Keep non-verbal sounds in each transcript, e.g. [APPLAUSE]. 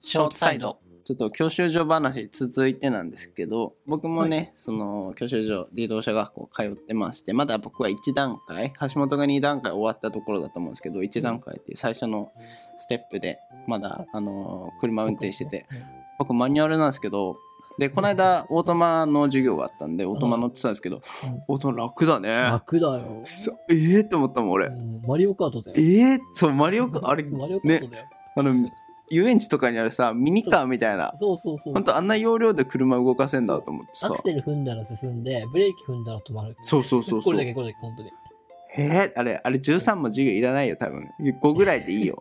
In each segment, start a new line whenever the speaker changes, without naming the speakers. ショートサイド。
ちょっと教習所話続いてなんですけど僕もね、その教習所自動車学校通ってましてまだ僕は1段階橋本が2段階終わったところだと思うんですけど1段階っていう最初のステップでまだ、あのー車運転してて僕マニュアルなんですけどでこの間オートマの授業があったんでオートマ乗ってたんですけど、
うん
オートマ楽だね、
楽だよ。
さええー、と思ったもん俺、
うんマリオカートだよ。
ええー、そうマリオカあれ
マリオカート
ね
だよ。
あの遊園地とかにあるさミニカーみたいな
そうそうそう。
本当あんな容量で車動かせんだと思って
ア
さ
ク。セル踏んだら進んで、ブレーキ踏んだら止まる。
そうそうそう
こ
そ
れ
う。
だ
へ
けこれだけ、本当に。
え、あれ、あれ13も授業いらないよ、多分。5ぐらいでいいよ。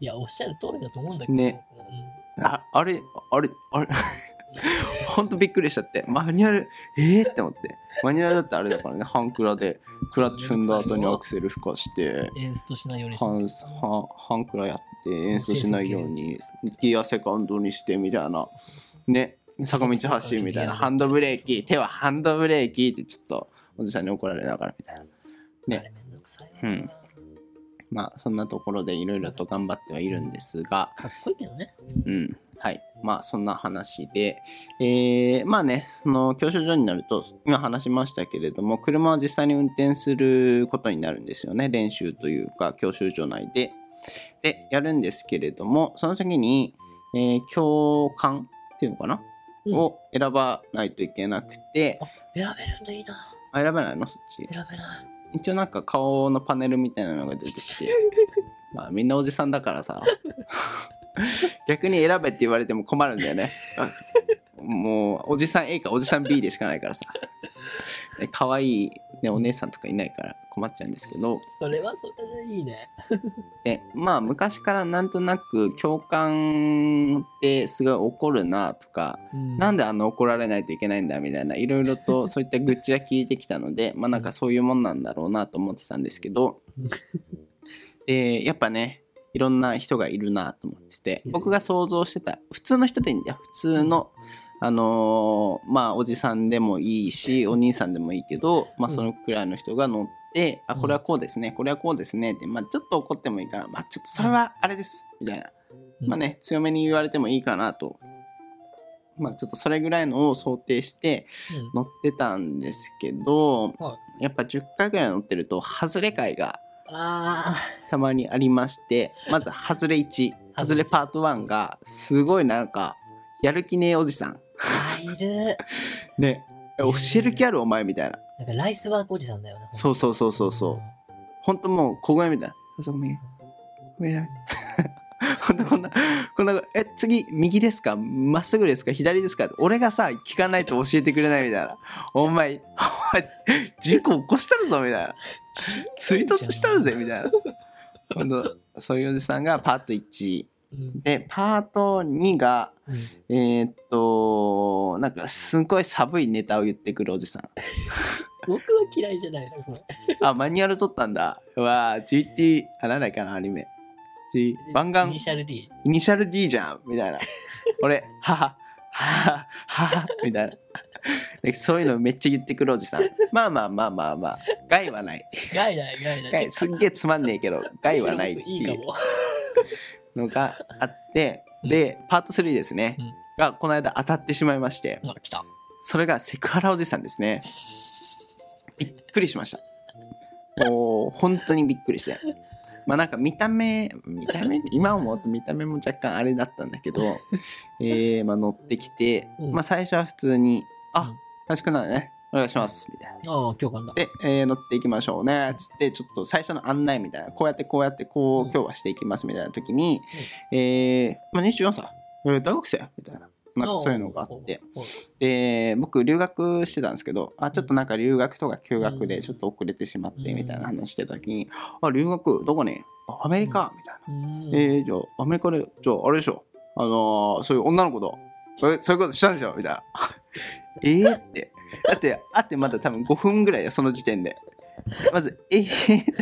いや、おっしゃる通りだと思うんだけど。
ねああれ、あれ、あれ、 [LAUGHS] ほんとびっくりしちゃって。マニュアル、えー、って思って。マニュアルだったらあれだからね、半クラで、クラッチ踏んだ後にアクセル吹かして、
うん。エンストしないようにし
半、半半クラやって、演奏しないように、ギアセカンドにして、みたいな。ね、坂道走るみたいな。ハンドブレーキ、手はハンドブレーキってちょっと、おじさんに怒られながらみたいな。ね
あれめんどくさいな。
うんまあそんなところでいろいろと頑張ってはいるんですが、
かっこいいけどね。
うん、はい。まあそんな話で、えー、まあね、その教習所になると、今話しましたけれども、車は実際に運転することになるんですよね。練習というか、教習所内で。で、やるんですけれども、その時に、えー、教官っていうのかな、
うん
を選ばないといけなくて、
選べるんだいいな。
あ、選べないのそっち。
選べない。
一応なんか顔のパネルみたいなのが出てきてまあみんなおじさんだからさ [LAUGHS] 逆に選べって言われても困るんだよねあもうおじさん A かおじさん B でしかないからさで可愛いねお姉さんとかいないから困っちゃうんですけど
それはそれでいいね。
でまあ昔からなんとなく共感ってすごい怒るなとか
な
なんであの怒られないといけないんだみたいないろいろとそういった愚痴は聞いてきたのでまあなんかそういうもんなんだろうなと思ってたんですけどでやっぱねいろんな人がいるなと思ってて
うん
僕が想像してた普通の人でいいんだよ普通のあのーまあおじさんでもいいしお兄さんでもいいけどまあ
うん
そのくらいの人が乗って「あ
うん
これはこうですねこれはこうですね」ってまあちょっと怒ってもいいから「まあちょっとそれはあれです」みたいな
うん
まあね強めに言われてもいいかなとまあちょっとそれぐらいのを想定して乗ってたんですけど、
は
やっぱ10回ぐらい乗ってると外れ回が
ああ、
たまにありましてまず外れ1外れパート1がすごいなんかやる気ねえおじさん
あいる。
ね教える気あるお前みたいな
なんかライスワークおじさんだよね。
そうそうそうそうそうほんともう小声みたいなあそこ右ごめ [LAUGHS] んなさいこんなこんなこんなえ次右ですかまっすぐですか左ですか俺がさ聞かないと教えてくれないみたいなお前お前事故起こしたるぞみたいな追突したるぜみたいなほんとそういうおじさんがパート1
うん。
でパート2が
うん
えーっとなんかすごい寒いネタを言ってくるおじさん
僕は嫌いじゃないな、それ。
[LAUGHS] あマニュアル取ったんだうわ GT あなんだっけなアニメ G 湾
イニ
岸
シャル D。
イニシャル D じゃんみたい
[LAUGHS]
な俺はははははみたいな [LAUGHS] でそういうのめっちゃ言ってくるおじさんまあまあまあまあまあ害は
[LAUGHS]
ない
害ない、害ない。
害すっげえつまんねえけど害はないって
いい
い
か
う
も。
のがあって
うん
でパート3ですね、
うん
がこの間当たってしまいまして
あ、来た。
それがセクハラおじさんですねびっくりしましたもう本当にびっくりしてまあなんか見た目見た目今思うと見た目も若干あれだったんだけど、えーまあ、乗ってきて、
うん
まあ、最初は普通に「
うん
あよろしくなるねお願いします」みたいな。
ああ、教官だ。
で、えー乗っていきましょうねつってちょっと最初の案内みたいなこうやってこうやってこう
うん
今日はしていきますみたいな時に、えーまあ、24歳、えー大学生みたいな。なんかそういうのがあって
おう。おう
で僕留学してたんですけどあちょっとなんか留学とか休学
う
で
ん
ちょっと遅れてしまって
うん
みたいな話してた時に「あ留学どこにあアメリカ」みたいな
おう
「
うん。
えー、じゃあアメリカでじゃああれでしょあのーそういう女の子とそれそういうことしたんでしょ」みたいな [LAUGHS] 「えーってだってあってまだ多分5分ぐらいよその時点でまず「えーって」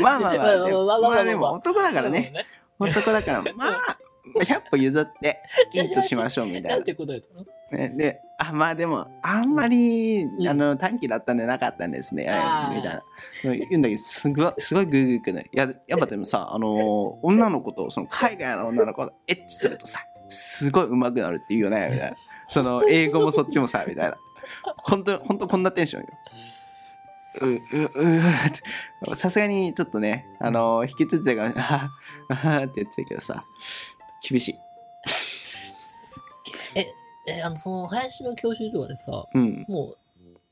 まあまあまあでも
まあまあまあまあまあ
まあでも男だからね
なる
男だからまあ100歩譲っていいとしましょうみ
ほ
た
どね。
い
な。
なん
て答えたの
ね、で、あまあでもあんまり、
ん
あの短期だったんでなかったんですね、
あー
みたいなそう言うんだけどすごいすごいグーグーくねいややっぱでもさあの女の子とその海外の女の子とエッチするとさすごい上手くなるっていうよねみたいなその英語もそっちもさみたいな本当本当こんなテンションよううううーってさすがにちょっとねあの引きつってたからあーあーって言ってたけどさ厳しい
え、あの、その、林の教習所はでさ、
うん
もう、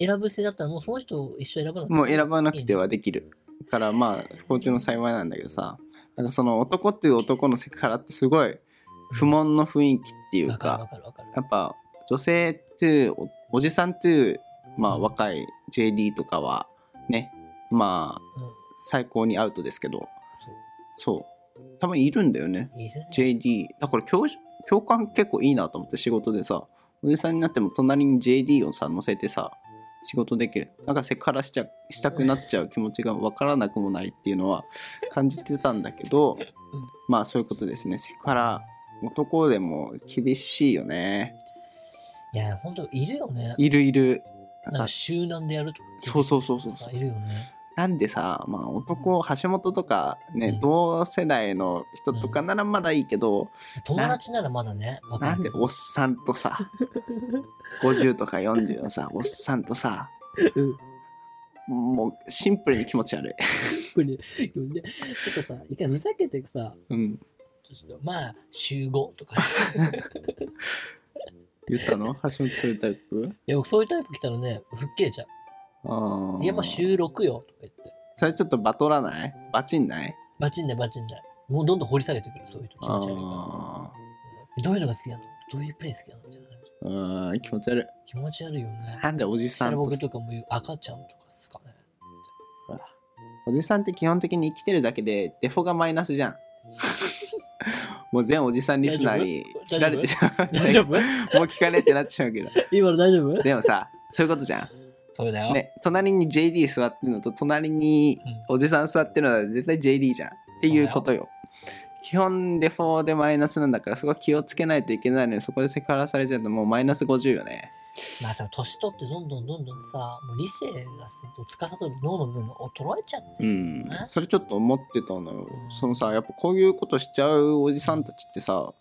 選ぶ制だったら、もうその人を一緒に選ばなくて
もう選ばなくて
は。
はできるからまあ不幸中の幸いなんだけどさなんかその男っていう男のセクハラってすごい不問の雰囲気ってい
わ
う
かるわ
か
かるわかる。
やっぱ女性っていうおおじさんっていうまあ若い JD とかはねまあ
うん、
最高にアウトですけど
そ
そうたまにいるんだよね
う。いいじゃない
JD だから教教官結構いいなと思って仕事でさおじさんになっても隣に JD をさ乗せてさ仕事できるなんかセクハラしちゃしたくなっちゃう気持ちが分からなくもないっていうのは感じてたんだけどまあそういうことですねセクハラ男でも厳しいよね
いや、ほんと、いるよね。
いるいる
なんか、集団でやるとか。
そうそうそうそうそう
いるよね。
なんでさ、まあ、男橋本とかね、
うん
同世代の人とかならまだいいけど、
友達ならまだね。わ
[LAUGHS]
か
なん
る
でおっさんとさ50とか40のさおっさんとさ
うん
もうシンプルに気持ち悪い、
これねでもねちょっとさ、一回ふざけてさ、
うん、
ちょっとまあ、集合 [LAUGHS] とか。
言ったの橋本そういうタイプ
いや、そういうタイプ来たらね、吹っ切れちゃ
ああ
う。いや、まあ、収録よ、とか言って。
それちょっとバトらないバチんない
バチンだ、バチンだ。もうどんどん掘り下げてくる、そういう人。気
あ
持ち悪いか
あ
ら。どういうのが好きなのどういうプレイ好きなのみたいな感じ。
うん気持ち悪い
気持ち悪いよね。
なんでおじ
そした
さん
ら
と
僕とかも言う赤ちゃんとかですかね。
おじさんって基本的に生きてるだけでデフォがマイナス
[LAUGHS]
じゃんもう全おじさんリスナーに切られてしまう
[LAUGHS] 大丈夫
[LAUGHS] もう聞かれってなってしまうけど
今の大丈夫
でもさそういうことじゃん
そうだよ。
ね、隣に JD 座ってるのと隣に
うん
おじさん座ってるのは絶対 JD じゃんっていうことよ。基本デフォでマイナスなんだからそこは気をつけないといけないのにそこでセクハラされちゃうともうマイナス50よね。
まあでも年取ってどんどんどんどんさ、もう理性がさ司る脳の部分が衰えちゃっ
う
てるよ
ん
ね。
それちょっと思ってたのよ。そのさやっぱこういうことしちゃうおじさんたちってさ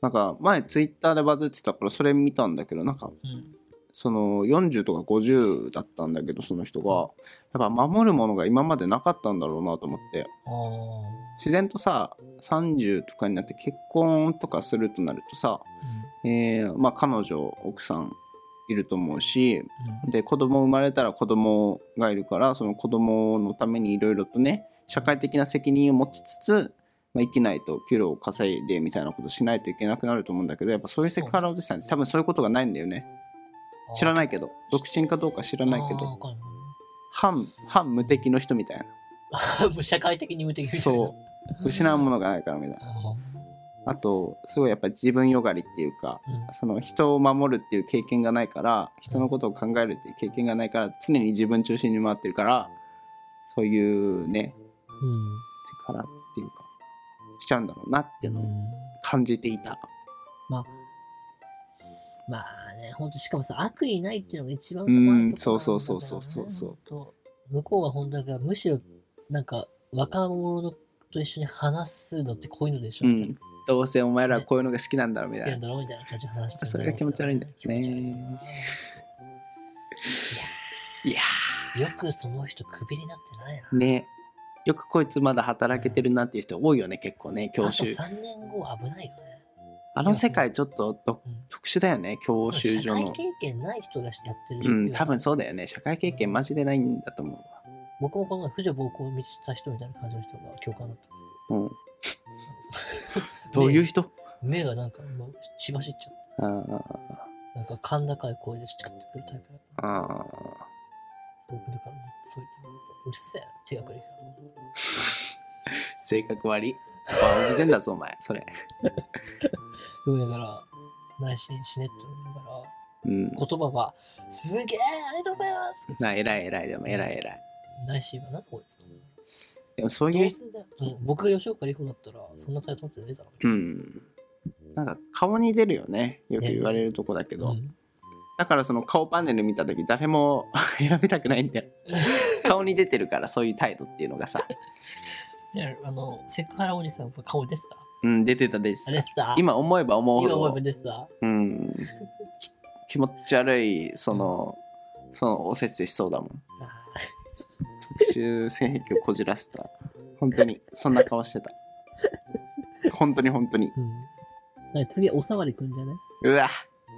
なんか前ツイッターでバズってたからそれ見たんだけどなんか
うん。
その40とか50だったんだけどその人がやっぱ守るものが今までなかったんだろうなと思って。
ああ。
自然とさ30とかになって結婚とかするとなるとさ、えーまあ、彼女奥さんいると思うし
う
で子供生まれたら子供がいるからその子供のためにいろいろとね社会的な責任を持ちつつ、まあ、生きないと給料を稼いでみたいなことしないといけなくなると思うんだけどやっぱそういうセクハラおじさんって多分そういうことがないんだよね
ん。
知ら
い
ないけど独身かどうか知らないけ
あー
ど
わかんない
反反無敵の人みたいな
[LAUGHS] もう社会的に無敵みたいな
そう失うものがないからみたいな。
あー
あとすごいやっぱ自分よがりっていうか
うん
その人を守るっていう経験がないから人のことを考えるっていう経験がないから常に自分中心に回ってるからそういうね
うん。
力っていうかしちゃうんだろうなっていうの
う
を
ん
感じていた、
まあね、ほんと、しかもさ、悪意ないっていうのが一番
うんそうそうそうそうそうそう
う。向こうは本当だから、むしろ、なんか、若者と一緒に話すのってこういうのでしょ
う
みたいな。
ん、どうせお前らはこういうのが好きなんだろうみ
好
た
き
いな
な
ん
だろうみたいな感じで話して
それが気持ち悪いんだよね
気持ち悪いよない
や
いやよくその人、クビになってないな。
ーねよくこいつまだ働けてるなっていう人多いよね結構ね教
あと
習
3年後は危ないよね。
あの世界ちょっとど
うん
特殊だよね教習所
社
の
会経験ない人がやってる
う
職業
ん多分そうだよね社会経験マジでないんだと思うわ
僕もこの前、婦女暴行を見てた人みたいな感じの人が共感だった。
うん、どういう人、
目がなんかもう血走っちゃう。
あ
なんか甲高い声で叱ってくるタイプだった。
あああ
僕だからもうそういううるせえ手がくれる
性格悪いあ偶然だぞお前それ
でもだから内心死ねって思うから
うん
言葉は「すげえありがとうございます!」
な偉い偉いでも偉い偉い
内心はなんだこいつ
でもそうい
同
う
性だよ、うん、僕が吉岡里帆だったらそんな態度取って出たの
うんなんか顔に出るよねよく言われるとこだけど、
うん
だからその顔パネル見た時誰も [LAUGHS] 選びたくないんだ [LAUGHS] よ顔に出てるからそういう態度っていうのがさ
いやあの、セクハラおじさん、顔出てた
うん出てたです
あれした
今思えば思うほ
今思え
ど
ば出てた
うんき気持ち悪いそのそのおせちしそうだもん
あ
特殊性癖をこじらせた本当にそんな顔してた本当に本当に
ーうん。だから次、おさわりくんじゃないう
わ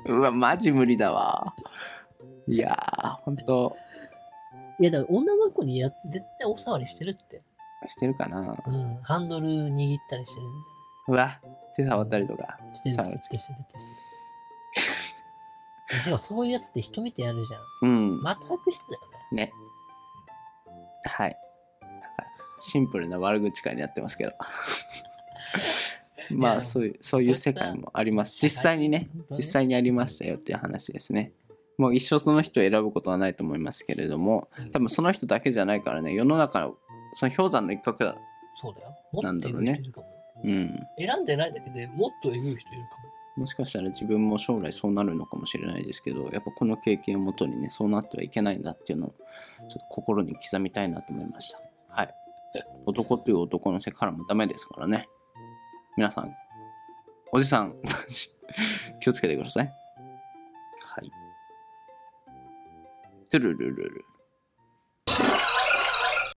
うわマジ無理だわいやー本当
いや、だから女の子にや絶対おさわりしてるって。
してるかな
うん。ハンドル握ったりしてる。
うわ手触ったりとか
してる、
さあ
絶対してる、絶対してる。しかもそういうやつって人見てやるじゃ
う
ん。
ん
全くしてたよね。
ねはいなんかシンプルな悪口会になってますけ [LAUGHS] どまあそういうそういう世界もあります実際にね
本当
実際にありましたよっていう話ですねもう一生その人を選ぶことはないと思いますけれども
うん
多分その人だけじゃないからね世の中のその氷山の一角だ
そうだよ。も
なん
っと
だ
え
ろう
ぐい
ね
人いるかも。
うん
選んでないだけでもっとえぐい人いるかも。
もしかしたら自分も将来そうなるのかもしれないですけどやっぱこの経験をもとにねそうなってはいけないんだっていうのをちょっと心に刻みたいなと思いましたはい男という男の背からもダメですからね皆さんおじさん [LAUGHS] 気をつけてくださいはいトゥルルルル